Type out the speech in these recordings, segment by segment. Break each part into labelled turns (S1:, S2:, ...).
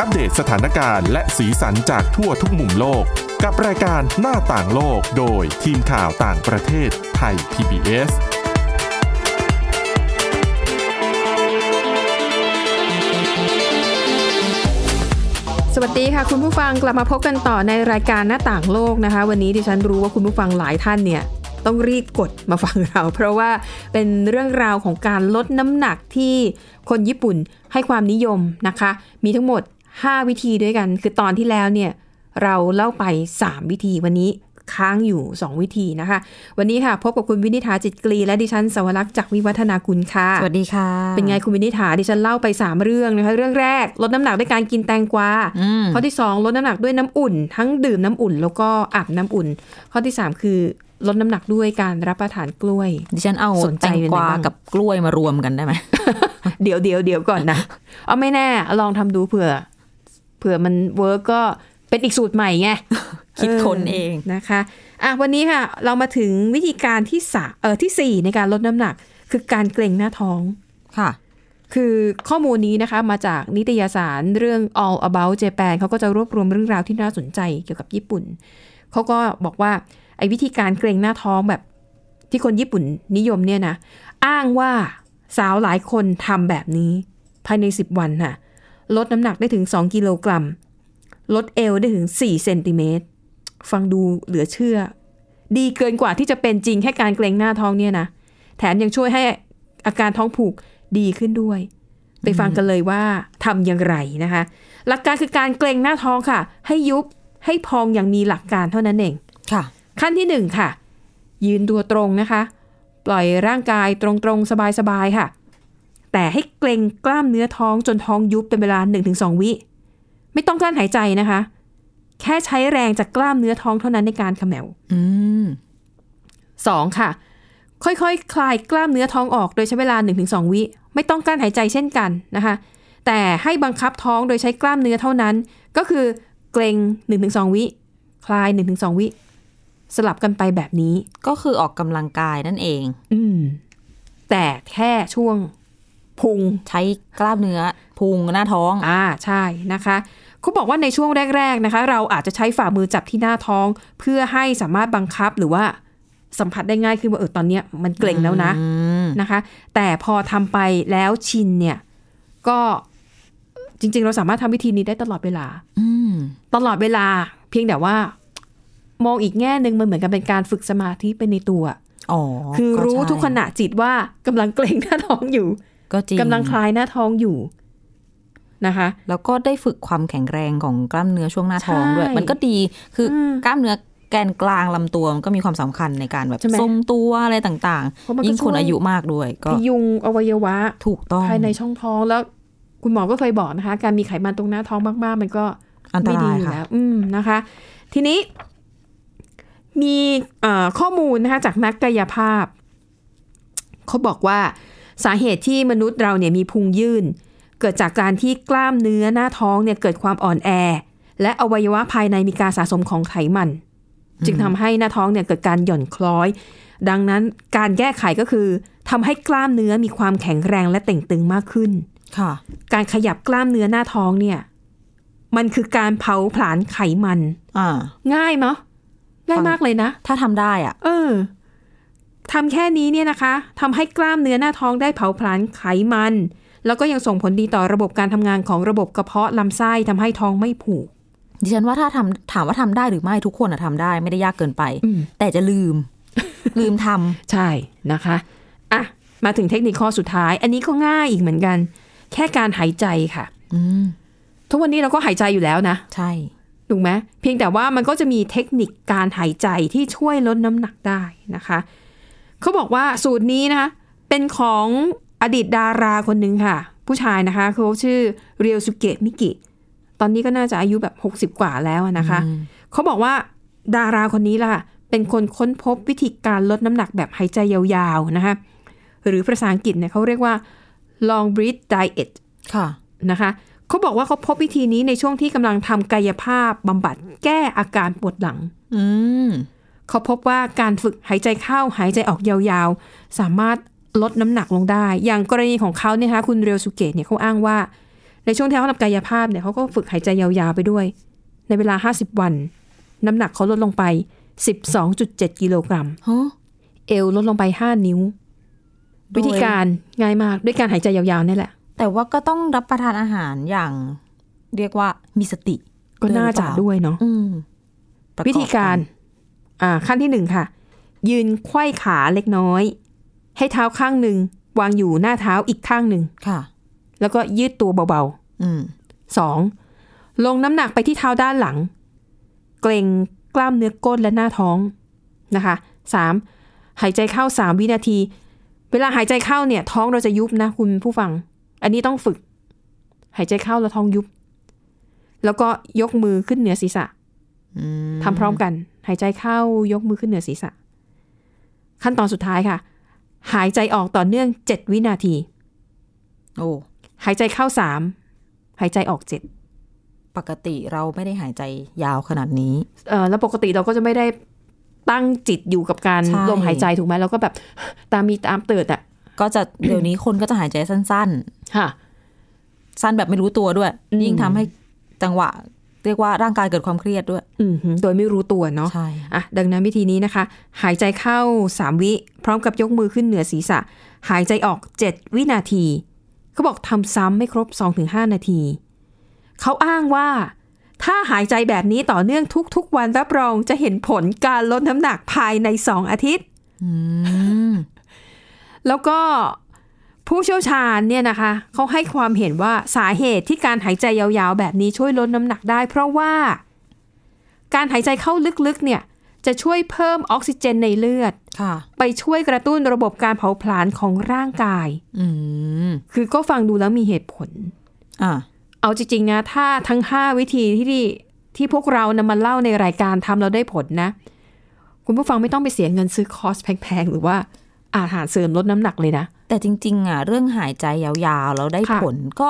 S1: อัปเดตสถานการณ์และสีสันจากทั่วทุกมุมโลก กับรายการหน้าต่างโลกโดยทีมข่าวต่างประเทศไทย PBS
S2: สวัสดีค่ะ คุณผู้ฟังกลับมาพบกันต่อในรายการหน้าต่างโลกนะคะ วันนี้ดิฉันรู้ว่าคุณผู้ฟังหลายท่านเนี่ยต้องรีบกดมาฟังเรา เพราะว่าเป็นเรื่องราวของการลดน้ำหนักที่คนญี่ปุ่นให้ความนิยมนะคะ มีทั้งหมด 5 วิธีด้วยกัน คือตอนที่แล้วเนี่ยเราเล่าไป 3 วิธีวันนี้ค้างอยู่ 2 วิธีนะคะ วันนี้ค่ะพบกับคุณวินิษฐาจิตกรีและดิฉันสวรักษ์จากวิวัฒนาคุณค่ะ
S3: สวัสดีค่ะ
S2: เป็นไงคุณวินิษฐาดิฉันเล่าไป 3 เรื่องนะคะ เรื่องแรก ลดน้ำหนักด้วยการกินแตงกวา
S3: อืม
S2: ข้อที่ 2 ลดน้ำหนักด้วยน้ำอุ่น ทั้งดื่มน้ำอุ่น แล้วก็อาบน้ำอุ่น ข้อที่ 3 คือลดน้ำหนักด้วยการรับประทานกล้วย
S3: ดิฉันเอา
S2: สนใจ
S3: แตงกวา
S2: เป็นไงบ้าง
S3: กับกล้วยมารวมกันได้ไหม
S2: เดี๋ยวเดี๋ยวเดี๋ยวก่อนนะ เอาไม่แน่ลองทำดูเผื่อเผื่อมันเวิร์กก็เป็นอีกสูตรใหม่ไง
S3: คิดคนเอง
S2: นะคะอ่ะวันนี้ค่ะ เรามาถึงวิธีการที่สามเออที่สี่ในการลดน้ำหนัก คือการเกร็งหน้าท้อง
S3: ค่ะ
S2: คือข้อมูลนี้นะคะมาจากนิตยสารเรื่อง All About Japan เขาก็จะรวบรวมเรื่องราวที่น่าสนใจเกี่ยวกับญี่ปุ่น เขาก็บอกว่าไอ้วิธีการเกรงหน้าท้องแบบที่คนญี่ปุ่นนิยมเนี่ยนะ อ้างว่าสาวหลายคนทำแบบนี้ ภายใน 10 วันค่ะ ลดน้ำหนักได้ถึง 2 กิโลกรัม ลดเอวได้ถึง 4 เซนติเมตร ฟังดูเหลือเชื่อ ดีเกินกว่าที่จะเป็นจริงแค่การเกรงหน้าท้องเนี่ยนะ แถมยังช่วยให้อาการท้องผูกดีขึ้นด้วย ไปฟังกันเลยว่าทำอย่างไรนะคะ หลักการคือการเกรงหน้าท้องค่ะ ให้ยุบให้พองอย่างมีหลักการเท่านั้นเอง
S3: ค่ะ
S2: ขั้นที่ 1 ค่ะ ยืนตัวตรงนะคะ ปล่อยร่างกายตรงๆ สบายๆ ค่ะ แต่ให้เกรงกล้ามเนื้อท้องจนท้องยุบเป็นเวลา 1-2 วิ ไม่ต้องกลั้นหายใจนะคะ แค่ใช้แรงจากกล้ามเนื้อท้องเท่านั้นในการเขมว
S3: อืม
S2: สองค่ะ ค่อยๆ คลายกล้ามเนื้อท้องออกโดยใช้เวลา 1-2 วิ ไม่ต้องการหายใจเช่นกันนะคะ แต่ให้บังคับท้องโดยใช้กล้ามเนื้อเท่านั้น ก็คือเกรง1-2 วิ คลาย 1-2 วิ สลับกันไปแบบนี้
S3: ก็คือออกกำลังกายนั่นเอง
S2: อืม แต่แค่ช่วงพุง
S3: ใช้กล้ามเนื้อพุงหน้าท้อง
S2: อ่าใช่นะคะเขาบอกว่าในช่วงแรก ๆนะคะ เราอาจจะใช้ฝ่ามือจับที่หน้าท้อง เพื่อให้สามารถบังคับหรือว่าสัมผัสได้ง่ายขึ้นว่าเออตอนเนี้ยมันเกร็งแล้วนะ
S3: อืม
S2: นะคะ แต่พอทำไปแล้วชินเนี่ย ก็จริง ๆ เราสามารถทำวิธีนี้ได้ตลอดเวลา
S3: อืม
S2: ตลอดเวลา เพียงแต่ว่า มองอีกแง่หนึ่งมันเหมือนกับเป็นการฝึกสมาธิไปในตัว
S3: อ๋อ
S2: คือรู้
S3: ก็ใช่
S2: ทุกขณะจิตว่ากำลังเกรงหน้าท้องอยู่
S3: ก็จริง
S2: กำลังคลายหน้าท้องอยู่นะคะ
S3: แล้วก็ได้ฝึกความแข็งแรงของกล้ามเนื้อช่วงหน้าท้องด้วย
S2: ใช่
S3: มันก็ดี คืออ
S2: ม
S3: กล้ามเนื้อแกนกลางลำตัวมันก็มีความสำคัญในการแบบ
S2: ใช่ไหม
S3: ทรงตัวอะไรต่าง
S2: เพราะมันก็
S3: ๆ ยิ่งคน
S2: ช่วย
S3: อายุมากด้วย
S2: พ
S3: ก็
S2: ยุงอวัยวะ
S3: ถูกต้อง
S2: ภายในช่องท้องแล้ว คุณหมอก็เคยบอกนะคะ การมีไขมันตรงหน้าท้องมากๆ มันก็
S3: อันต
S2: ไม่ดี
S3: ราย
S2: อยู่
S3: ค่ะ
S2: แล้วอืมนะคะ ทีนี้มีเอ่อข้อมูลนะคะจากนักกายภาพ เขาบอกว่าสาเหตุที่มนุษย์เราเนี่ยมีพุงยื่น เกิดจากการที่กล้ามเนื้อหน้าท้องเนี่ยเกิดความอ่อนแอ และอวัยวะภายในมีการสะสมของไขมัน จึงทำให้หน้าท้องเนี่ยเกิดการหย่อนคล้อย ดังนั้นการแก้ไขก็คือทำให้กล้ามเนื้อมีความแข็งแรงและเต่งตึงมากขึ้น
S3: ค่ะ
S2: การขยับกล้ามเนื้อหน้าท้องเนี่ย มันคือการเผาผลาญไขมัน
S3: อ่า
S2: ง่ายเนาะง่าย
S3: ฟัง
S2: มากเลยนะ
S3: ถ้าทำได้อ่ะ
S2: เออทำแค่นี้เนี่ยนะคะทำให้กล้ามเนื้อหน้าท้องได้เผาผลาญไขมัน แล้วก็ยังส่งผลดีต่อระบบการทำงานของระบบกระเพาะลำไส้ทำให้ท้องไม่ผูก
S3: ดิฉันว่าถ้าทำถามว่าทำได้หรือไม่ทุกคนอะทำได้ไม่ได้ยากเกินไป
S2: อืม
S3: แต่จะลื ม ลืมทำ
S2: ใช่นะคะอ่ะมาถึงเทคนิคข้อสุดท้าย อันนี้ก็ง่ายอีกเหมือนกัน แค่การหายใจค่ะ
S3: อืม
S2: ทุกวันนี้เราก็หายใจอยู่แล้วนะ
S3: ใช่
S2: ถูกไหมเพียงแต่ว่ามันก็จะมีเทคนิคการหายใจที่ช่วยลดน้ำหนักได้นะคะ เขาบอกว่าสูตรนี้นะคะ เป็นของอดีตดาราคนหนึ่งค่ะ ผู้ชายนะคะเขาชื่อเรียวสุเกะมิกิ ตอนนี้ก็น่าจะอายุแบบ 60 กว่าแล้วอะนะคะ เขาบอกว่าดาราคนนี้ล่ะ เป็นคนค้นพบวิธีการลดน้ำหนักแบบหายใจยาวๆนะคะ หรือภาษาอังกฤษเนี่ยเขาเรียกว่า long breath diet
S3: ค่ะ
S2: นะคะเขาบอกว่าเขาพบวิธีนี้ในช่วงที่กำลังทำกายภาพบำบัดแก้อาการปวดหลัง
S3: อืม
S2: เขาพบว่าการฝึกหายใจเข้าหายใจออกยาวๆ สามารถลดน้ำหนักลงได้ อย่างกรณีของเขาเนี่ยนะคะคุณเรียวสุเกะเนี่ยเขาอ้างว่า ในช่วงที่เขาทำกายภาพเนี่ยเขาก็ฝึกหายใจยาวๆไปด้วย ในเวลา 50 วัน น้ำหนักเขาลดลงไป 12.7 กิโลกรัม
S3: ฮะ
S2: เอวลดลงไป 5 นิ้ว
S3: โดย
S2: วิธีการง่ายมากด้วยการหายใจยาวๆนี่แหละ
S3: แต่ว่าก็ต้องรับประทานอาหารอย่าง เรียกว่ามีสติ
S2: ก็น่าจะ
S3: เดินเปล่า
S2: ด้วยเนาะ
S3: อืมประอบน
S2: วิธีการอ่าขั้นที่หนึ่งค่ะ ยืนไขว้ขาเล็กน้อย ให้เท้าข้างหนึ่ง วางอยู่หน้าเท้าอีกข้างหนึ่ง
S3: ค่ะ
S2: แล้วก็ยืดตัวเบาๆ
S3: อืม
S2: สองลงน้ำหนักไปที่เท้าด้านหลัง เกร็งกล้ามเนื้อก้นและหน้าท้องนะคะสามหายใจเข้าสามวินาที เวลาหายใจเข้าเนี่ย ท้องเราจะยุบนะคุณผู้ฟัง อันนี้ต้องฝึก หายใจเข้าแล้วท้องยุบ แล้วก็ยกมือขึ้นเหนือศีรษะ
S3: อืม
S2: ทำพร้อมกัน หายใจเข้ายกมือขึ้นเหนือศีรษะ ขั้นตอนสุดท้ายค่ะ หายใจออกต่อเนื่องเจ็ดวินาที
S3: โอ้
S2: หายใจเข้าสามหายใจออกเจ็ด
S3: ปกติเราไม่ได้หายใจยาวขนาดนี้
S2: เออแล้วปกติเราก็จะไม่ได้ตั้งจิตอยู่กับการ
S3: ใช่
S2: ลมหายใจถูกไหมเราก็แบบ ตามมีตามเติดอ่ะ
S3: ก็ จะ เดี๋ยวนี้คนก็จะหายใจสั้น
S2: ค่ะ
S3: ๆ สั้นแบบไม่รู้ตัวด้วย
S2: อืม
S3: ยิ่งทำให้จังหวะ เรียกว่าร่างกายเกิดความเครียดด้วย
S2: อืมหือโดยไม่รู้ตัวเนาะ
S3: ใช่
S2: อ่ะดังนั้นวิธีนี้นะคะ หายใจเข้า 3 วิ พร้อมกับยกมือขึ้นเหนือศีรษะ หายใจออก 7 วินาทีเขาบอกทำซ้ำไม่ครบ 2-5 นาที เขาอ้างว่า ถ้าหายใจแบบนี้ต่อเนื่องทุก ๆ วันรับรองจะเห็นผลการลดน้ำหนักภายใน 2 อาทิตย์
S3: อืม
S2: แล้วก็ผู้เชี่ยวชาญเนี่ยนะคะเขาให้ความเห็นว่าสาเหตุที่การหายใจยาวๆ แบบนี้ช่วยลดน้ำหนักได้ เพราะว่าการหายใจเข้าลึกๆเนี่ยจะช่วยเพิ่มออกซิเจนในเลือด
S3: ค่ะ
S2: ไปช่วยกระตุ้นระบบการเผาผลาญของร่างกาย
S3: อืม
S2: คือก็ฟังดูแล้วมีเหตุผล
S3: อ่ะ
S2: เอาจริงๆนะถ้าทั้ง 5 วิธีที่ที่ที่พวกเรานำมาเล่าในรายการทำเราได้ผลนะ คุณผู้ฟังไม่ต้องไปเสียเงินซื้อคอร์สแพงๆหรือว่าอาหารเสริมลดน้ำหนักเลยนะ
S3: แต่จริง ๆ อ่ะ เรื่องหายใจยาวๆ แล้วได้
S2: ค่ะ
S3: ผลก็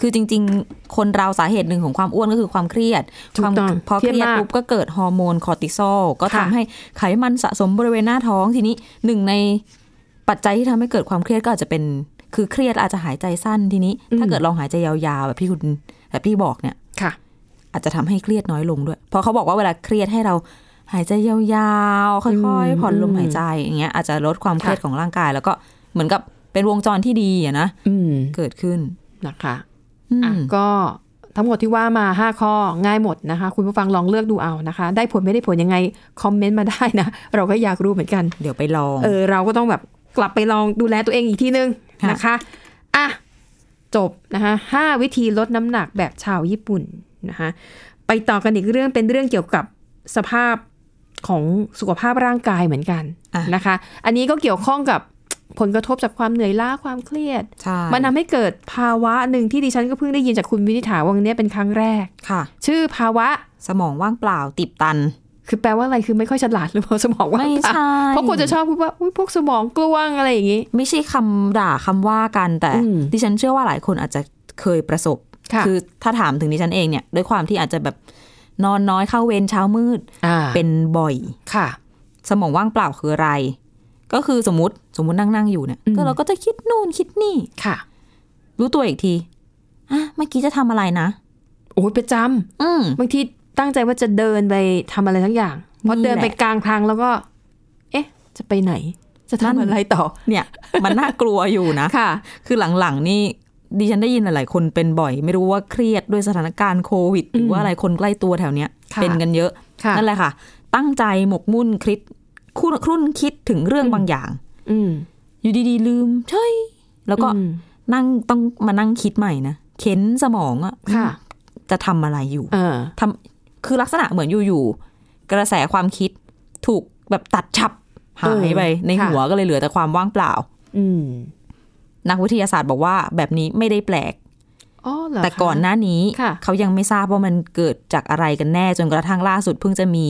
S3: คือจริง ๆ คนเราสาเหตุหนึ่งของความอ้วนก็คือความเครียด
S2: ถูก
S3: ความ
S2: ต้อง
S3: พอเครียด
S2: เครียดมาก
S3: ปุ๊บก็เกิดฮอร์โมนคอร์ติซอลก็ทำ
S2: ค่ะ
S3: ให้ไขมันสะสมบริเวณหน้าท้องทีนี้หนึ่งในปัจจัยที่ทำให้เกิดความเครียดก็อาจจะเป็น คือเครียดอาจจะหายใจสั้นทีนี้ ถ้าเกิดลองหายใจยาวๆ แบบพี่คุณแบบพี่บอกเนี่ย
S2: ค่ะ
S3: อาจจะทำให้เครียดน้อยลงด้วย เพราะเขาบอกว่าเวลาเครียดให้เราหายใจยาวๆ ค่อยๆ ผ่อนลมหายใจอย่างเงี้ยอาจจะลดความเครียดของร่างกาย แล้วก็เหมือนกับเป็นวงจรที่ดีอะนะ
S2: อืม
S3: เกิดขึ้น
S2: นะคะ
S3: อืม
S2: อ่ะก็ทั้งหมดที่ว่ามา 5 ข้อง่ายหมดนะคะ คุณผู้ฟังลองเลือกดูเอานะคะ ได้ผลไม่ได้ผลยังไง คอมเมนต์มาได้นะ เราก็อยากรู้เหมือนกัน
S3: เดี๋ยวไปลอง
S2: เออ เราก็ต้องแบบกลับไปลองดูแลตัวเองอีกทีนึง
S3: ค่ะ
S2: นะคะอ่ะจบนะคะห้าวิธีลดน้ำหนักแบบชาวญี่ปุ่นนะคะไปต่อกันอีกเรื่องเป็นเรื่องเกี่ยวกับสภาพของสุขภาพร่างกายเหมือนกันนะคะ อันนี้ก็เกี่ยวข้องกับผลกระทบจากความเหนื่อยล้าความเครียด
S3: ใช่
S2: มันทำให้เกิดภาวะหนึ่งที่ดิฉันก็เพิ่งได้ยินจากคุณวินิษฐาวันนี้เป็นครั้งแรก
S3: ค่ะ
S2: ชื่อภาวะ
S3: สมองว่างเปล่าติดตัน
S2: คือแปลว่าอะไรคือไม่ค่อยฉลาดหรือเปล่าสมองว่าง
S3: ไม่
S2: เปล่า
S3: ใช่
S2: เพราะคนจะชอบพูดว่าอุ๊ยพวกสมองกลวงอะไรอย่างนี้
S3: ไม่ใช่คำด่าคำว่ากันแต่
S2: อืม
S3: ดิฉันเชื่อว่าหลายคนอาจจะเคยประสบ
S2: ค่ะ
S3: อถ้าถามถึงดิฉันเองเนี่ยด้วยความที่อาจจะแบบนอนน้อยเข้าเวรเช้ามืด
S2: อ่า
S3: เป็นบ่อย
S2: ค่ะ
S3: สมองว่างเปล่าคืออะไร ก็คือสมมติสมมตินั่งนั่งๆอยู่เนี่ย
S2: อืม
S3: ก็เราก็จะคิดนู่นคิดนี่
S2: ค่ะ
S3: รู้ตัวอีกทีอ่ะเมื่อกี้จะทำอะไรนะ
S2: โอ้ยประจำ
S3: อืม
S2: บางทีตั้งใจว่าจะเดินไปทำอะไรทั้งอย่างพอ
S3: นี่แหละ
S2: เดินไปกลางทางแล้วก็ เอ๊ะ จะไปไหน จะทำอะไรต่อ
S3: เนี่ย มันน่ากลัวอยู่นะ
S2: ค่ะ
S3: คือหลังๆนี่ดิฉันได้ยินหลายๆคนเป็นบ่อย ไม่รู้ว่าเครียดด้วยสถานการณ์โควิด หรือว่าอะไรคนใกล้ตัวแถวเนี้ย
S2: ค่ะ
S3: เป็นกันเยอะ
S2: ค่ะ
S3: นั่นแหละค่ะ ตั้งใจหมกมุ่นคิดครุ่นครุ่นคิดถึงเรื่องบางอย่าง
S2: อืม
S3: อยู่ดีๆลืมเฉยแล้วก็
S2: อืม
S3: นั่งต้องมานั่งคิดใหม่นะเข็นสมองอะ
S2: ค่ะ
S3: จะทำอะไรอยู่
S2: เออ
S3: ทำคือลักษณะเหมือนอยู่ๆกระแสความคิดถูกแบบตัดฉับหายไปในหัวก็เลยเหลือแต่ความว่างเปล่า
S2: อืม
S3: นักวิทยาศาสตร์บอกว่าแบบนี้ไม่ได้แปลก
S2: อ๋อเหรอ
S3: แต่
S2: คะ
S3: ก่อนหน้านี้
S2: ค่ะ
S3: เขายังไม่ทราบว่ามันเกิดจากอะไรกันแน่จนกระทั่งล่าสุดเพิ่งจะมี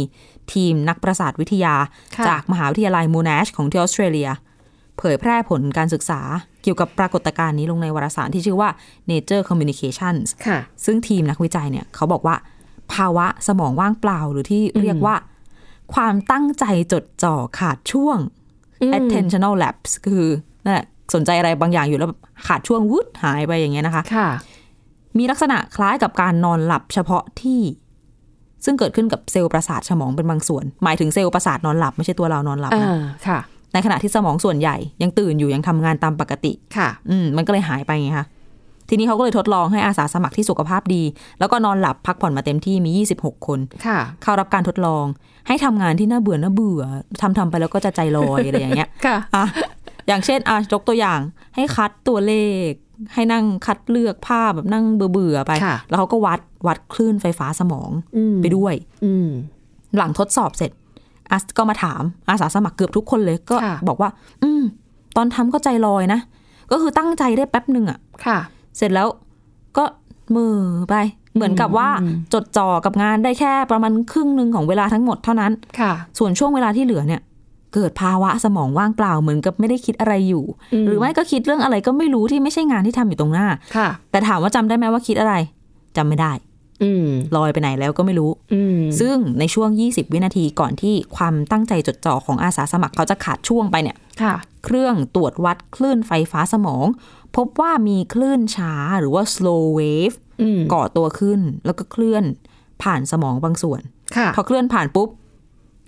S3: ทีมนักประสาทวิทยา
S2: ค่ะ
S3: จากมหาวิทยาลัยมูนาชของที่ออสเตรเลีย เผยแพร่ผลการศึกษาเกี่ยวกับปรากฏการณ์นี้ลงในวารสารที่ชื่อว่า Nature Communications
S2: ค่ะ
S3: ซึ่งทีมนักวิจัยเนี่ยเขาบอกว่า ภาวะสมองว่างเปล่าหรือที่เรียกว่า ความตั้งใจจดจ่อขาดช่วง attentional lapse คือนั่นแหละสนใจอะไรบางอย่างอยู่แล้วแบบขาดช่วงวุดหายไปอย่างเงี้ยนะคะ
S2: ค่ะ
S3: มีลักษณะคล้ายกับการนอนหลับเฉพาะที่ ซึ่งเกิดขึ้นกับเซลล์ประสาทสมองเป็นบางส่วน หมายถึงเซลล์ประสาทนอนหลับไม่ใช่ตัวเรานอนหลับ
S2: อ่า
S3: นะ
S2: ค่ะ
S3: ในขณะที่สมองส่วนใหญ่ยังตื่นอยู่ยังทำงานตามปกติ
S2: ค่ะ
S3: อืมมันก็เลยหายไปไงคะทีนี้เขาก็เลยทดลองให้อาสาสมัครที่สุขภาพดี แล้วก็นอนหลับพักผ่อนมาเต็มที่มี 26 คน
S2: ค่ะ
S3: เข้ารับการทดลอง ให้ทำงานที่น่าเบื่อน่าเบื่อทำทำไปแล้วก็จะใจลอย อะไรอย่างเงี้ย
S2: ค่ะ
S3: อ่ะอย่างเช่นอ่ะยกตัวอย่าง ให้คัดตัวเลข ให้นั่งคัดเลือกภาพแบบนั่งเบื่อเบื่อๆไป
S2: ค่ะ
S3: แล้วเขาก็วัดวัดคลื่นไฟฟ้าสมอง
S2: อืม
S3: ไปด้วย
S2: อืม
S3: หลังทดสอบเสร็จอาสก็มาถาม อาสาสมัครเกือบทุกคนเลยก็
S2: ค่ะ
S3: บอกว่า อืม ตอนทำก็ใจลอยนะ ก็คือตั้งใจได้แป๊บหนึ่งอะ
S2: ค่ะ
S3: เสร็จแล้วก็เหมือไป เหมือนกับว่า
S2: อืม
S3: จดจ่อกับงานได้แค่ประมาณครึ่งหนึ่งของเวลาทั้งหมดเท่านั้น
S2: ค่ะ
S3: ส่วนช่วงเวลาที่เหลือเนี่ย เกิดภาวะสมองว่างเปล่าเหมือนกับไม่ได้คิดอะไรอยู่
S2: อืม
S3: หรือไม่ก็คิดเรื่องอะไรก็ไม่รู้ที่ไม่ใช่งานที่ทำอยู่ตรงหน้า
S2: ค่ะ
S3: แต่ถามว่าจำได้ไหมว่าคิดอะไรจำไม่ได้
S2: อืม
S3: ลอยไปไหนแล้วก็ไม่รู้
S2: อืม
S3: ซึ่งในช่วง 20 วินาทีก่อนที่ความตั้งใจจดจ่อของอาสาสมัครเขาจะขาดช่วงไปเนี่ย
S2: ค่ะ
S3: เครื่องตรวจวัดคลื่นไฟฟ้าสมอง พบว่ามีคลื่นช้าหรือว่า slow wave
S2: อืม
S3: ก่อตัวขึ้น แล้วก็เคลื่อนผ่านสมองบางส่วน
S2: ค่ะ
S3: พอเคลื่อนผ่านปุ๊บ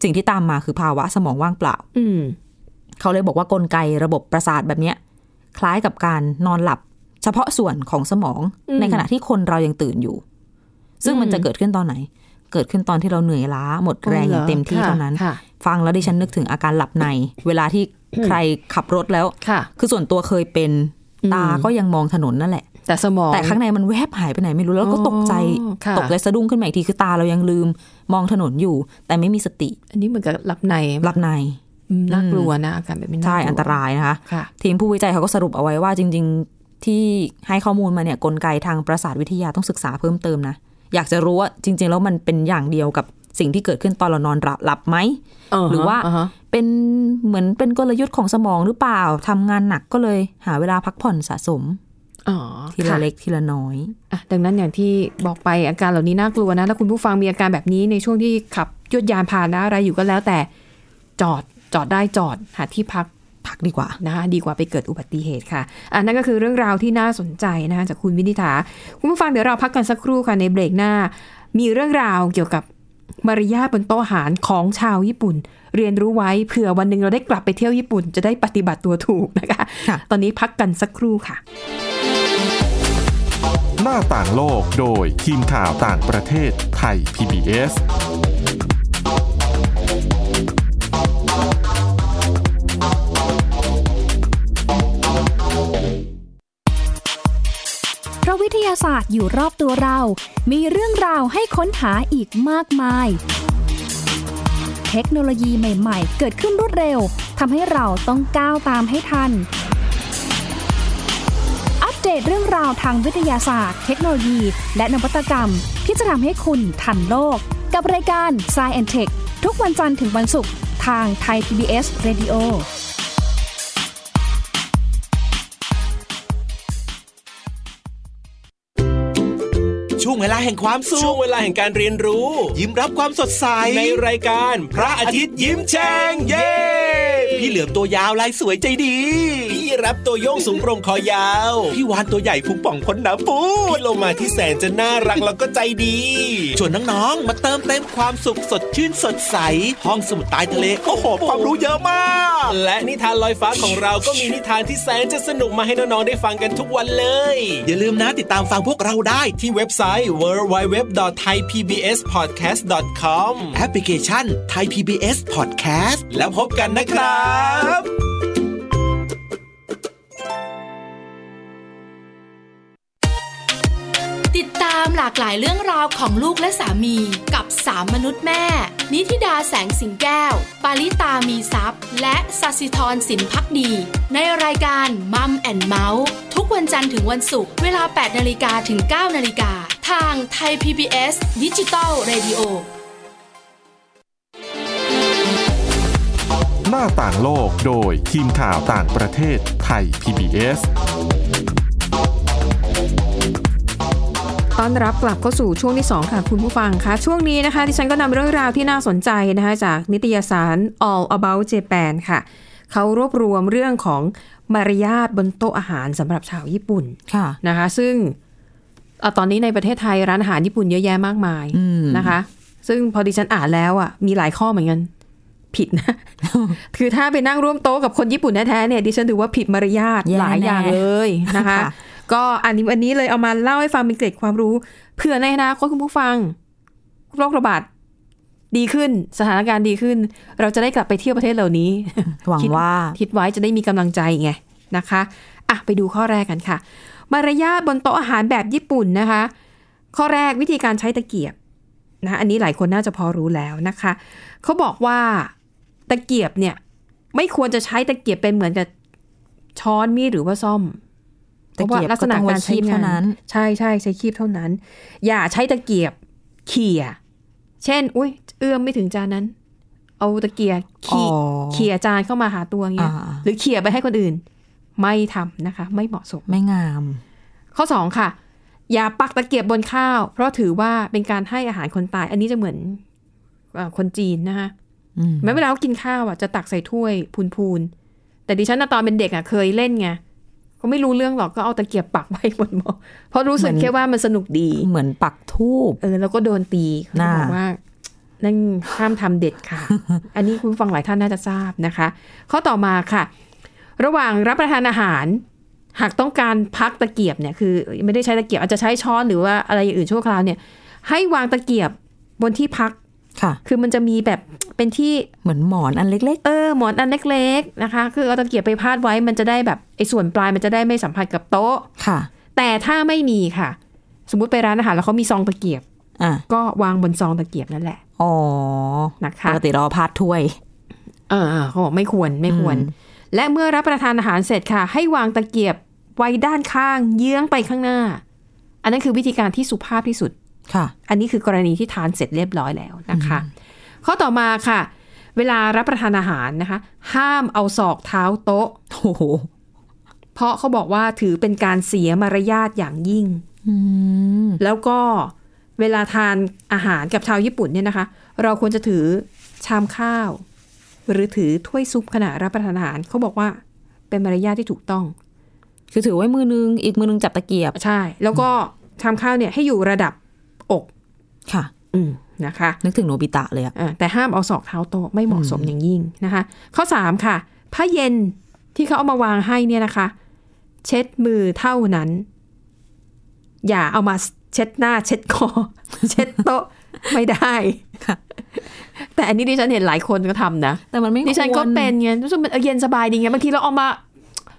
S3: สิ่งที่ตามมาคือภาวะสมองว่างเปล่า
S2: อืม
S3: เขาเลยบอกว่ากลไกระบบประสาทแบบเนี้ยคล้ายกับการนอนหลับ เฉพาะส่วนของสมอง
S2: อืม
S3: ในขณะที่คนเรายังตื่นอยู่ ซึ่งมัน
S2: อืม
S3: จะเกิดขึ้นตอนไหน เกิดขึ้นตอนที่เราเหนื่อยล้าหมดแรงอย่างเต็มที่เท่านั้น
S2: ค่ะ
S3: ฟังแล้วดิฉันนึกถึงอาการหลับใน เวลาที่ใครขับรถแล้ว
S2: ค่ะ
S3: คือส่วนตัวเคยเป็นตาก็ยังมองถนนนั่นแหละ
S2: แต่สมอง
S3: แต่ข้างในมันแวบหายไปไหนไม่รู้แล้วก็ตกใจ
S2: อ๋อค่ะ
S3: ตกใจสะดุ้งขึ้นมาอีกทีคือตาเรายังลืม มองถนนอยู่ แต่ไม่มีสติ
S2: อันนี้เหมือนกับหลับใน
S3: หลับใน
S2: อืมน่ากลัวนะอาการแบบนี้
S3: ใช่
S2: กลัว
S3: อันตรายนะคะ
S2: ค่ะ
S3: ทีมผู้วิจัยเขาก็สรุปเอาไว้ว่าจริง ๆที่ให้ข้อมูลมาเนี่ยกลไกทางประสาทวิทยาต้องศึกษาเพิ่มเติมนะ อยากจะรู้ว่าจริง ๆ แล้วมันเป็นอย่างเดียวกับสิ่งที่เกิดขึ้นตอนเรานอนหลับไหม หรือว่า เป็นเหมือนเป็นกลยุทธ์ของสมองหรือเปล่าทำงานหนักก็เลยหาเวลาพักผ่อนสะสม
S2: อ๋อ
S3: ทีละ
S2: ค่
S3: เล็กทีละน้อย
S2: อ่ะดังนั้นอย่างที่บอกไปอาการเหล่านี้น่ากลัวนะ ถ้าคุณผู้ฟังมีอาการแบบนี้ในช่วงที่ขับยวดยานพาหนะอะไรอยู่ก็แล้วแต่จอดจอดได้จอดหาที่พัก
S3: พักดีกว่า
S2: นะคะดีกว่าไปเกิดอุบัติเหตุค่ะอันนั่นก็คือเรื่องราวที่น่าสนใจนะคะจากคุณวินิษฐาคุณผู้ฟังเดี๋ยวเราพักกันสักครู่ค่ะในเบรกหน้า มีเรื่องราวเกี่ยวกับมารยาทบนโต๊ะอาหารของชาวญี่ปุ่น เรียนรู้ไว้เผื่อวันหนึ่งเราได้กลับไปเที่ยวญี่ปุ่นจะได้ปฏิบัติตัวถูกนะคะ
S3: ค่ะ
S2: ตอนนี้พักกันสักครู่ค่ะ
S1: หน้าต่างโลกโดยทีมข่าวต่างประเทศไทย PBS
S4: เพราะวิทยาศาสตร์อยู่รอบตัวเรา มีเรื่องราวให้ค้นหาอีกมากมาย เทคโนโลยีใหม่ ๆ เกิดขึ้นรวดเร็ว ทำให้เราต้องก้าวตามให้ทัน อัปเดตเรื่องราวทางวิทยาศาสตร์ เทคโนโลยี และนวัตกรรม ที่จะทำให้คุณทันโลก กับรายการ s c i e n t e c h ทุกวันจันทร์ถึงวันศุกร์ทางไทย PBS Radio
S5: ช่วงเวลาแห่งความสุ
S6: ช่ว
S5: ข
S6: งเวลาแห่งการเรียนรู้
S5: ยิ้มรับความสดใส
S6: ในรายการพระอาทิตย์ยิ้มแฉ่งเย้
S5: พี่เหลือมตัวยาวลายสวยใจดี
S6: พี่รับตัวโยงสูงโปร่งคอยาว
S5: พี่วานตัวใหญ่พุงป่องพ้นหน้ำปู
S6: พี่
S5: ด
S6: โลมาที่แสนจะน่ารักแล้วก็ใจดี
S5: ชวนน้องๆมาเติมเต็มความสุขสดชื่นสดใส ห้องสมุดใต้ทะเลโอ้โหความรู้เยอะมาก
S6: และนิทานลอยฟ้าของเราก็มีนิทานที่แสนจะสนุกมาให้น้องๆได้ฟังกันทุกวันเลย
S5: อย่าลืมนะติดตามฟังพวกเราได้ที่
S6: ที่เว็บไซต์ www.thaipbspodcast.com
S5: แอปพลิเคชันไทย PBS Podcast
S6: แล้วพบกันนะครับ
S7: ติดตามหลากหลายเรื่องราวของลูกและสามีกับสามมนุษย์แม่ นิธิดาแสงสิงแก้ว ปาริตามีซัพ์และสัสิธรสินพักดี ในรายการมัมแอนเมาส์ทุกวันจันทร์ถึงวันศุกร์เวลา 8นาฬิกาถึง 9นาฬิกาทางไทย PBS ดิจิตอล Radio
S1: หน้าต่างโลกโดยทีมข่าวต่างประเทศไทย PBS
S2: ต้อนรับกลับเข้าสู่ช่วงที่ 2 ค่ะ คุณผู้ฟังคะช่วงนี้นะคะที่ฉันก็นำเรื่องราวที่น่าสนใจนะคะ จากนิตยสาร All About Japan ค่ะ เขารวบรวมเรื่องของมารยาทบนโต๊ะอาหารสำหรับชาวญี่ปุ่น
S3: ค่ะ
S2: นะคะ ซึ่ง อ่ะตอนนี้ในประเทศไทยร้านอาหารญี่ปุ่นเยอะแยะมากมาย
S3: อืม
S2: นะคะ ซึ่งพอดิฉันอ่านแล้วอ่ะมีหลายข้อเหมือนกัน ผิด นะ คือถ้าไปนั่งร่วมโต๊ะกับคนญี่ปุ่นแท้ๆเนี่ยดิฉันถือว่าผิดมารยาท
S3: แย่
S2: หลายอย่าง
S3: แน่
S2: เลยนะคะ
S3: ค่ะ
S2: ก็อันนี้อันนี้เลยเอามาเล่าให้ฟังเป็นเกร็ดความรู้เผื่อในอนาคตคุณผู้ฟังโรคระบาดดีขึ้น สถานการณ์ดีขึ้น เราจะได้กลับไปเที่ยวประเทศเหล่านี้
S3: หวัง
S2: คิด
S3: ว่า
S2: คิดไว้จะได้มีกำลังใจไงนะคะอ่ะไปดูข้อแรกกันค่ะ มารยาทบนโต๊ะอาหารแบบญี่ปุ่นนะคะ ข้อแรกวิธีการใช้ตะเกียบนะอันนี้หลายคนน่าจะพอรู้แล้วนะคะ เขาบอกว่าตะเกียบเนี่ยไม่ควรจะใช้ตะเกียบเป็นเหมือนกับช้อนมีดหรือว่าซ่อม
S3: ตะเกียบ
S2: พราว่าลักษณะการใช้
S3: ก็ต้องไว้คีบ
S2: งา
S3: เท่าน นั้น
S2: ใช่ใช่ใช้คีบเท่านั้น อย่าใช้ตะเกียบเขี่ยเช่น อุ้ยเอื้อมไม่ถึงจานนั้น เอาตะเกียบ
S3: อ๋
S2: ขี่
S3: อ
S2: เขี่ยจานเข้ามาหาตัวเงี้ย
S3: อ่า
S2: หรือเขี่ยไปให้คนอื่น ไม่ทำนะคะ ไม่เหมาะสม
S3: ไม่งาม
S2: ข้อ 2 ค่ะ อย่าปักตะเกียบบนข้าว เพราะถือว่าเป็นการให้อาหารคนตาย อันนี้จะเหมือนเอ่อคนจีนนะคะ
S3: อืม
S2: แม้เวลาเขากินข้าวอ่ะจะตักใส่ถ้วยพูนๆแต่ดิฉันน่ะตอนเป็นเด็กอ่ะเคยเล่นไงก็ไม่รู้เรื่องหรอกก็เอาตะเกียบปักไว้บนหม้อเพราะรู้สึกแค่ว่ามันสนุกดี
S3: เหมือนปักทูบ
S2: เออแล้วก็โดนตีเขาจะ
S3: น่า
S2: บอกว่า นั่นห้ามทำเด็ด ค่ะ อันนี้คุณผู้ฟังหลายท่านน่าจะทราบนะคะ ข้อต่อมาค่ะ ระหว่างรับประทานอาหาร หากต้องการพักตะเกียบเนี่ยคือ ไม่ได้ใช้ตะเกียบอาจจะใช้ช้อนหรือว่าอะไรอย่างอื่นชั่วคราวเนี่ย ให้วางตะเกียบบนที่พัก
S3: ค่ะ
S2: คือมันจะมีแบบเป็นที่
S3: เหมือนหมอนอันเล็ก
S2: เออหมอนอันเล็กๆนะคะ คือเอาตะเกียบไปพาดไว้มันจะได้แบบไอ้ส่วนปลายมันจะได้ไม่สัมผัสกับโต๊ะ
S3: ๆ ค่ะ
S2: แต่ถ้าไม่มีค่ะ สมมุติไปร้านอาหารแล้วเขามีซองตะเกียบ
S3: อ่ะ
S2: ก็วางบนซองตะเกียบนั่นแหละ
S3: อ๋อ
S2: นะคะ
S3: ปกติเราพาดถ้วย
S2: เออเออเขาบอกไม่ควรไม่ควร
S3: อืม
S2: และเมื่อรับประทานอาหารเสร็จค่ะ ให้วางตะเกียบไว้ด้านข้างเยื้องไปข้างหน้า อันนั้นคือวิธีการที่สุภาพที่สุด
S3: ค่ะ
S2: อันนี้คือกรณีที่ทานเสร็จเรียบร้อยแล้วนะคะ ข้อต่อมาค่ะ เวลารับประทานอาหารนะคะ ห้ามเอาศอกเท้าโต๊ะ
S3: โอ้โห
S2: เพราะเขาบอกว่าถือเป็นการเสียมารยาทอย่างยิ่ง
S3: อืม
S2: แล้วก็เวลาทานอาหารกับชาวญี่ปุ่นเนี่ยนะคะ เราควรจะถือชามข้าว หรือถือถ้วยซุปขณะรับประทานอาหารเขาบอกว่าเป็นมารยาทที่ถูกต้อง
S3: คือถือไว้มือนึง อีกมือนึงจับตะเกียบ
S2: ใช่ แล้วก็ชามข้าวเนี่ยให้อยู่ระดับอก
S3: ค่ะ
S2: อืมนะคะ
S3: นึกถึงโนบิตะเลยอะ
S2: อ่าแต่ห้ามเอาศอกเท้าโต๊ะไม่เหมาะสมอย่างยิ่งนะคะ ข้อ 3 ค่ะผ้าเย็นที่เขาเอามาวางให้เนี่ยนะคะ เช็ดมือเท่านั้น อย่าเอามาเช็ดหน้าเช็ดคอ เช็ดโต๊ะไม่ได้
S3: ค่ะ
S2: แต่อันนี้ดิฉันเห็นหลายคนก็ทำนะ
S3: แต่มันไม่
S2: ดิฉันก็เป็นไงรู้สึกมันเออเย็นสบายดีไงบางทีเราเอามา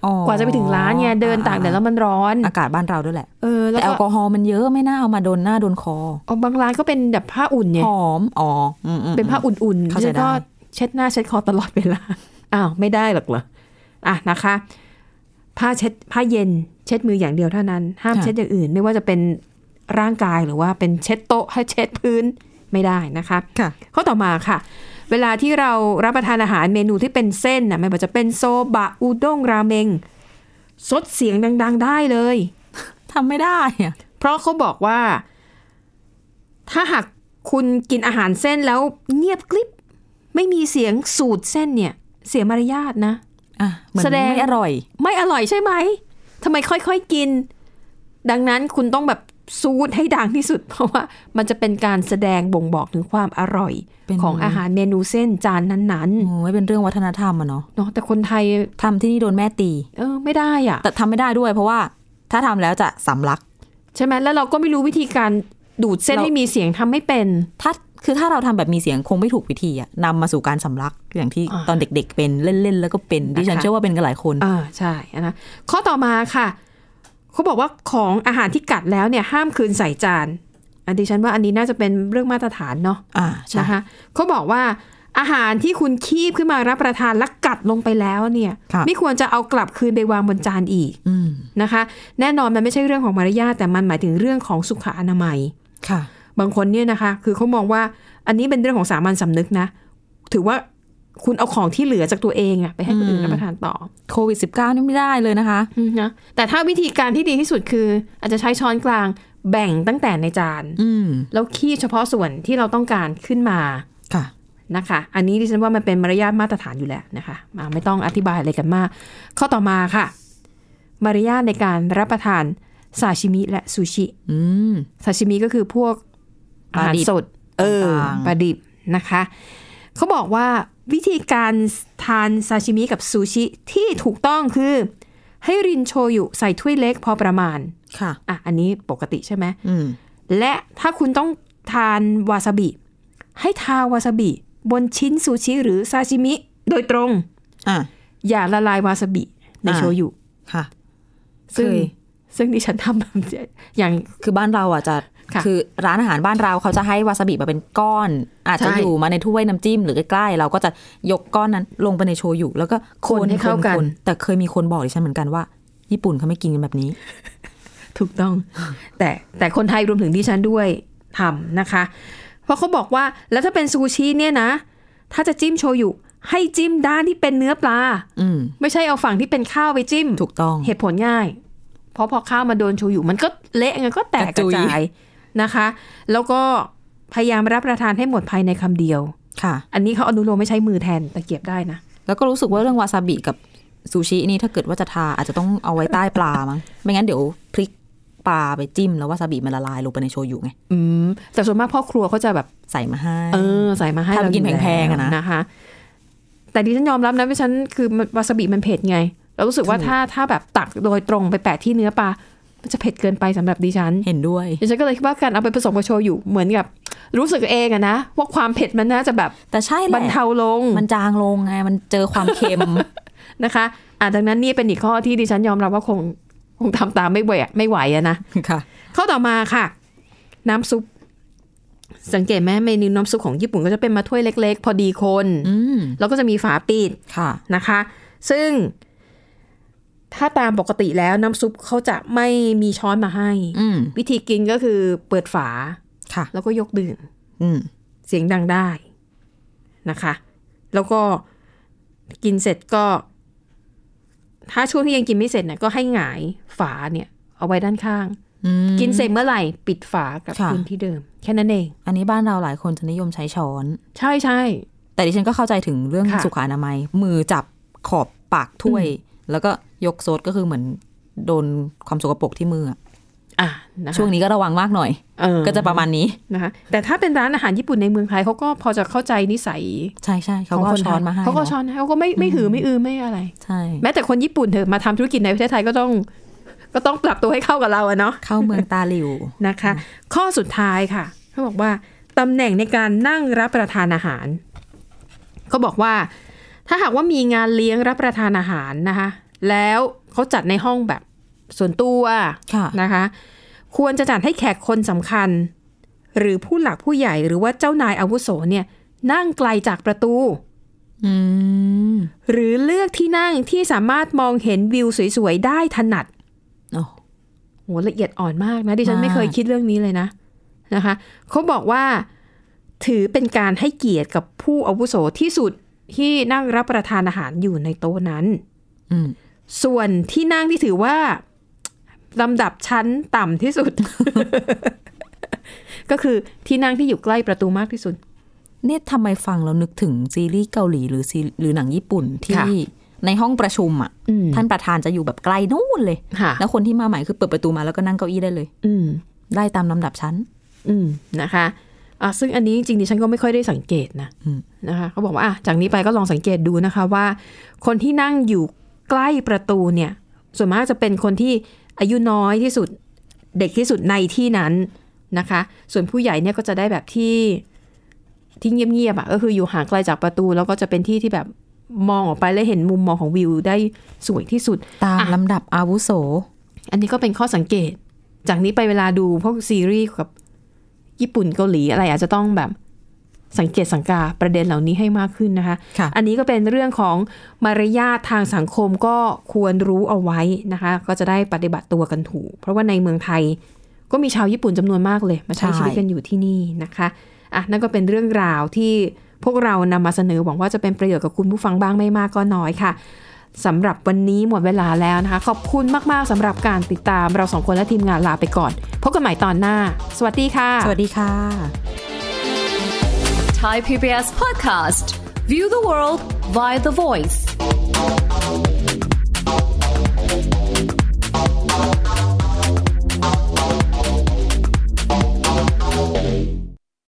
S3: อ๋อก
S2: ว่าจะไปถึงร้านไงเดินตากแดดแล้วมันร้อน
S3: อากาศบ้านเราด้วยแหละ
S2: เออ
S3: แต่
S2: แล้ว
S3: แอลก
S2: ก็
S3: อฮอล์มันเยอะไม่น่าเอามาโดนหน้าโดนคอ
S2: เอาบางร้านก็เป็นแบบผ้าอุ่นไง
S3: หอม อ๋ออืมอืม
S2: เป็นผ้าอุ่นๆ
S3: เข้าใจ
S2: ดิฉันก็
S3: ได้
S2: เช็ดหน้าเช็ดคอตลอดเวลา อ้าวไม่ได้หรอกเหรออ่ะนะคะ ผ้าเช็ดผ้าเย็น เช็ดมืออย่างเดียวเท่านั้น ห้ามเช็ดอย่างอื่น ไม่ว่าจะเป็นร่างกายหรือว่าเป็นเช็ดโต๊ะให้เช็ดพื้นไม่ได้นะคะ
S3: ค่ะ
S2: ข้อต่อมาค่ะ เวลาที่เรารับประทานอาหารเมนูที่เป็นเส้นนะไม่ว่าจะเป็นโซบะอุด้งราเมงซดเสียงดัง ๆ ได้เลย
S3: ทำไม่ได้อะ
S2: เพราะเขาบอกว่า ถ้าหากคุณกินอาหารเส้นแล้วเงียบกริบ ไม่มีเสียงสูดเส้นเนี่ย เสียมารยาทนะ
S3: อ่ะเหมือน
S2: แสดง
S3: ไม่อร่อย
S2: ไม่อร่อยใช่ไหมทำไมค่อย ๆ กิน ดังนั้นคุณต้องแบบซูดให้ดังที่สุด เพราะว่ามันจะเป็นการแสดงบ่งบอกถึงความอร่อย
S3: เป็น
S2: ของอาหารเมนูเส้นจานนั้นๆ
S3: โอ้ยเป็นเรื่องวัฒนธรรมอะเนาะ
S2: เนาะแต่คนไทย
S3: ทำที่นี่โดนแม่ตี
S2: เออไม่ได้อะ
S3: แต่ทำไม่ได้ด้วยเพราะว่าถ้าทำแล้วจะสำลัก
S2: ใช่ไหมแล้วเราก็ไม่รู้วิธีการดูดเส้น
S3: เรา
S2: ให้มีเสียงทำไม่เป็น
S3: ถ้าคือถ้าเราทำแบบมีเสียงคงไม่ถูกวิธีอะนำมาสู่การสำลักอย่างที่
S2: อ่า
S3: ตอนเด็กๆเป็นเล่นๆ แล้วก็เป็นดิฉัน
S2: นะคะ
S3: เชื่อว่าเป็นกันหลายคน
S2: อ่าใช่นะข้อต่อมาค่ะเขาบอกว่าของอาหารที่กัดแล้วเนี่ยห้ามคืนใส่จานอันดิฉันว่าอันนี้น่าจะเป็นเรื่องมาตรฐานเนาะ
S3: อ่าใช่
S2: นะคะเขาบอกว่าอาหารที่คุณคีบขึ้นมารับประทานและกัดลงไปแล้วเนี่ย
S3: ค่ะ
S2: ไม่ควรจะเอากลับคืนไปวางบนจานอีก
S3: อืม
S2: นะคะ แน่นอนมันไม่ใช่เรื่องของมารยาทแต่มันหมายถึงเรื่องของสุขอนามัย
S3: ค่ะ
S2: บางคนเนี่ยนะคะ คือเขามองว่าอันนี้เป็นเรื่องของสามัญสำนึกนะ ถือว่าคุณเอาของที่เหลือจากตัวเองอะไปให้คนอื่นรับประทานต่อ
S3: โควิด -19 นี่ไม่ได้เลยนะคะ
S2: อนะแต่ถ้าวิธีการที่ดีที่สุดคือ อาจจะใช้ช้อนกลางแบ่งตั้งแต่ในจาน
S3: อืม
S2: แล้วคีบเฉพาะส่วนที่เราต้องการขึ้นมา
S3: ค่ะ
S2: นะคะ อันนี้ดิฉันว่ามันเป็นมารยาทมาตรฐานอยู่แล้วนะคะอ่าไม่ต้องอธิบายอะไรกันมาก ข้อต่อมาค่ะ มารยาทในการรับประทาน ซาชิมิและซูชิ
S3: อืม
S2: ซาชิมิก็คือพวกอาหาร
S3: ปลาดิบ
S2: สด เออ
S3: ต่างๆ
S2: ปลาดิบนะคะ เขาบอกว่าวิธีการทานซาชิมิกับซูชิที่ถูกต้องคือ ให้รินโชยุใส่ถ้วยเล็กพอประมาณ
S3: ค่ะ
S2: อ่ะ อันนี้ปกติใช่ไหม
S3: อืม
S2: และถ้าคุณต้องทานวาซาบิ ให้ทาวาซาบิ บนชิ้นซูชิหรือซาชิมิโดยตรง
S3: อ่ะ
S2: อย่าละลายวาซาบิใน
S3: อ่า
S2: โชยุ
S3: ค่ะ
S2: ซึ่ง
S3: เคย
S2: ซึ่งดิฉันทำแบบเนี้ยอย่าง
S3: คือบ้านเราอ่ะจะ
S2: ค่ะ
S3: อร้านอาหารบ้านเราเขาจะให้วาซาบิมาเป็นก้อน อาจจะ
S2: ใช่
S3: อยู่มาในถ้วยน้ำจิ้มหรือใกล้ๆเราก็จะยกก้อนนั้นลงไปในโชยุแล้วก็
S2: คนให้เข้ากัน
S3: คแต่เคยมีคนบอกดิฉันเหมือนกันว่า ญี่ปุ่นเขาไม่กินกันแบบนี้
S2: ถูก ต้อง แต่แต่คนไทยรวมถึงดิฉันด้วยทำนะคะ เพราะเขาบอกว่าแล้วถ้าเป็นซูชิเนี่ยนะ ถ้าจะจิ้มโชยุให้จิ้มด้านที่เป็นเนื้อปลา
S3: อืม
S2: ไม่ใช่เอาฝั่งที่เป็นข้าวไปจิ้ม
S3: ถูกต้อง
S2: เหตุผลง่าย เพราะพอข้าวมาโดนโชยุมันก็เละไงก็แตก
S3: กระ
S2: ก
S3: จุ
S2: ระ
S3: ย
S2: จายนะคะ แล้วก็พยายามรับประทานให้หมดภายในคำเดียว
S3: ค่ะ
S2: อันนี้เขาอนุโลมไม่ใช้มือแทนตะเกียบได้นะ
S3: แล้วก็รู้สึกว่าเรื่องวาซาบิกับซูชินี่ถ้าเกิดว่าจะทาอาจจะต้องเอาไว้ใต้ปลามั้งไม่งั้นเดี๋ยวพลิกปลาไปจิ้มแล้ววาซาบิมันละลายลงไปในโชยุไง
S2: อืม แต่ส่วนมากพ่อครัวเขาจะแบบ
S3: ใส่มาให้
S2: เออ ใส่มาให้
S3: ถ้า
S2: เรา
S3: ไปกินแพงๆอะนะ
S2: นะคะ แต่ดิฉันยอมรับนะว่าฉันคือมันวาซาบิมันเผ็ดไง เรารู้สึกว่าถ้าถ้าแบบตักโดยตรงไปแปะที่เนื้อปลา มันจะเผ็ดเกินไปสำหรับดิฉัน
S3: เห็นด้วย
S2: ดิฉันก็เลยคิดว่าการเอาไปผสมกับโชยุเหมือนกับ รู้สึกเองอะนะว่าความเผ็ดมันน่าจะแบบ
S3: แต่ใช่แห
S2: บรร
S3: ละ
S2: เทาลง
S3: มันจางลงไงมันเจอความเค็ม
S2: นะคะอ่าดังนั้นนี่เป็นอีกข้อที่ดิฉันยอมรับว่าคงคงทำตามไม่ไหวอะไม่ไหวอะนะ
S3: ค่ะ
S2: ข้อต่อมาค่ะ น้ำซุป สังเกตไหมเมนูน้ำซุปของญี่ปุ่นก็จะเป็นมาถ้วยเล็ก ๆ พอดีคน
S3: อืม
S2: แล้วก็จะมีฝาปิด
S3: ค่ะ
S2: นะคะ ซึ่ง ถ้าตามปกติแล้วน้ำซุปเขาจะไม่มีช้อนมาให้
S3: อืม
S2: วิธีกินก็คือเปิดฝา
S3: ค่ะ
S2: แล้วก็ยกดื่ม
S3: อืม
S2: เสียงดังได้นะคะ แล้วก็กินเสร็จก็ ถ้าช่วงที่ยังกินไม่เสร็จเนี่ยก็ให้หงายฝาเนี่ยเอาไว้ด้านข้าง
S3: อืม
S2: กินเสร็จเมื่อไหร่ปิดฝากลับ
S3: ค่ะ
S2: คืนที่เดิม แค่นั้นเอง
S3: อันนี้บ้านเราหลายคนจะนิยมใช้ช้อน
S2: ใช่ใช่
S3: แต่ดิฉันก็เข้าใจถึงเรื่อง
S2: ค่ะ
S3: สุขอนามัย มือจับขอบปากถ้วย แล้วก็ยกซดก็คือเหมือนโดนความสกปรกที่มืออะ
S2: อ่ะนะคะ
S3: ช่วงนี้ก็ระวังมากหน่อย
S2: เออ
S3: ก็จะประมาณนี้
S2: นะคะแต่ถ้าเป็นร้านอาหารญี่ปุ่นในเมืองไทยเขาก็พอจะเข้าใจนิสัย
S3: ใช่ใช่เขา
S2: ของ
S3: ก็
S2: คนไทย
S3: ช้อนมาให้
S2: เขาก็
S3: นะ
S2: ช้อนให้เขาก็ไม่ไม่หือไม่อือไม่อะไร
S3: ใช่
S2: แม้แต่คนญี่ปุ่นเถอะมาทำธุรกิจในประเทศไทยก็ต้อง ก็ต้องปรับตัวให้เข้ากับเราอะเนาะ
S3: เข้าเมืองตาหลิว
S2: นะคะ ข้อสุดท้ายค่ะเขาบอกว่าตำแหน่งในการนั่งรับประทานอาหารเขาบอกว่า ถ้าหากว่ามีงานเลี้ยงรับประทานอาหารนะคะ แล้วเขาจัดในห้องแบบส่วนตัว
S3: ค่ะ
S2: นะคะ ควรจะจัดให้แขกคนสำคัญ หรือผู้หลักผู้ใหญ่หรือว่าเจ้านายอาวุโสเนี่ย นั่งไกลจากประตู
S3: อืม
S2: หรือเลือกที่นั่งที่สามารถมองเห็นวิวสวยๆได้ถนัด
S3: โอ้
S2: โหละเอียดอ่อนมากนะดิฉันไม่
S3: มาก
S2: เคยคิดเรื่องนี้เลยนะนะคะเขาบอกว่าถือเป็นการให้เกียรติกับผู้อาวุโสที่สุดที่นั่งรับประทานอาหารอยู่ในโต๊ะนั้น
S3: อืม
S2: ส่วนที่นั่งที่ถือว่าลำดับชั้นต่ำที่สุ ด ก็คือที่นั่งที่อยู่ใกล้ประตูมากที่สุด
S3: เนี่ยทำไมฟังเรานึกถึงซีรีส์เกาหลีหรือซีหรือหนังญี่ปุ่นที่
S2: ค่ะ
S3: ในห้องประชุมอ่ะ
S2: อืม
S3: ท่านประธานจะอยู่แบบไกลนู่นเลย
S2: ค่ะ
S3: แล้วคนที่มาใหม่คือเปิดประตูมาแล้วก็นั่งเก้าอี้ได้เลย
S2: อืม
S3: ได้ตามลำดับชั้น
S2: อืมนะคะอ่ะซึ่งอันนี้จริงๆดิฉันก็ไม่ค่อยได้สังเกตนะ
S3: อืม
S2: นะคะเขาบอกว่าอ่ะจากนี้ไปก็ลองสังเกตดูนะคะว่า คนที่นั่งอยู่ใกล้ประตูเนี่ย ส่วนมากจะเป็นคนที่อายุน้อยที่สุดเด็กที่สุดในที่นั้นนะคะ ส่วนผู้ใหญ่เนี่ยก็จะได้แบบที่ที่เงียบๆอ่ะก็คืออยู่ห่างไกลจากประตู แล้วก็จะเป็นที่ที่แบบมองออกไปแล้วเห็นมุมมองของวิวได้สวยที่สุด
S3: ตาม
S2: อ่ะ
S3: ลำดับอาวุโส
S2: อันนี้ก็เป็นข้อสังเกต จากนี้ไปเวลาดูพวกซีรีส์กับญี่ปุ่นเกาหลีอะไรอาจจะต้องแบบสังเกตสังกาประเด็นเหล่านี้ให้มากขึ้นนะคะ
S3: ค่ะ
S2: อันนี้ก็เป็นเรื่องของมารยาททางสังคมก็ควรรู้เอาไว้นะคะ ก็จะได้ปฏิบัติตัวกันถูก เพราะว่าในเมืองไทยก็มีชาวญี่ปุ่นจำนวนมากเลย มาใช้
S3: ใช่
S2: ชีวิตกันอยู่ที่นี่นะคะอ่ะนั่นก็เป็นเรื่องราวที่พวกเรานำมาเสนอหวังว่าจะเป็นประโยชน์กับคุณผู้ฟังบ้างไม่มากก็น้อยค่ะ สำหรับวันนี้หมดเวลาแล้วนะคะ ขอบคุณมาก ๆ สำหรับการติดตามเราสองคนและทีมงานลาไปก่อน พบกันใหม่ตอนหน้า สวัสดีค่ะ
S3: สวัสดีค่ะ
S8: Thai PBS podcast. View the world via the voice.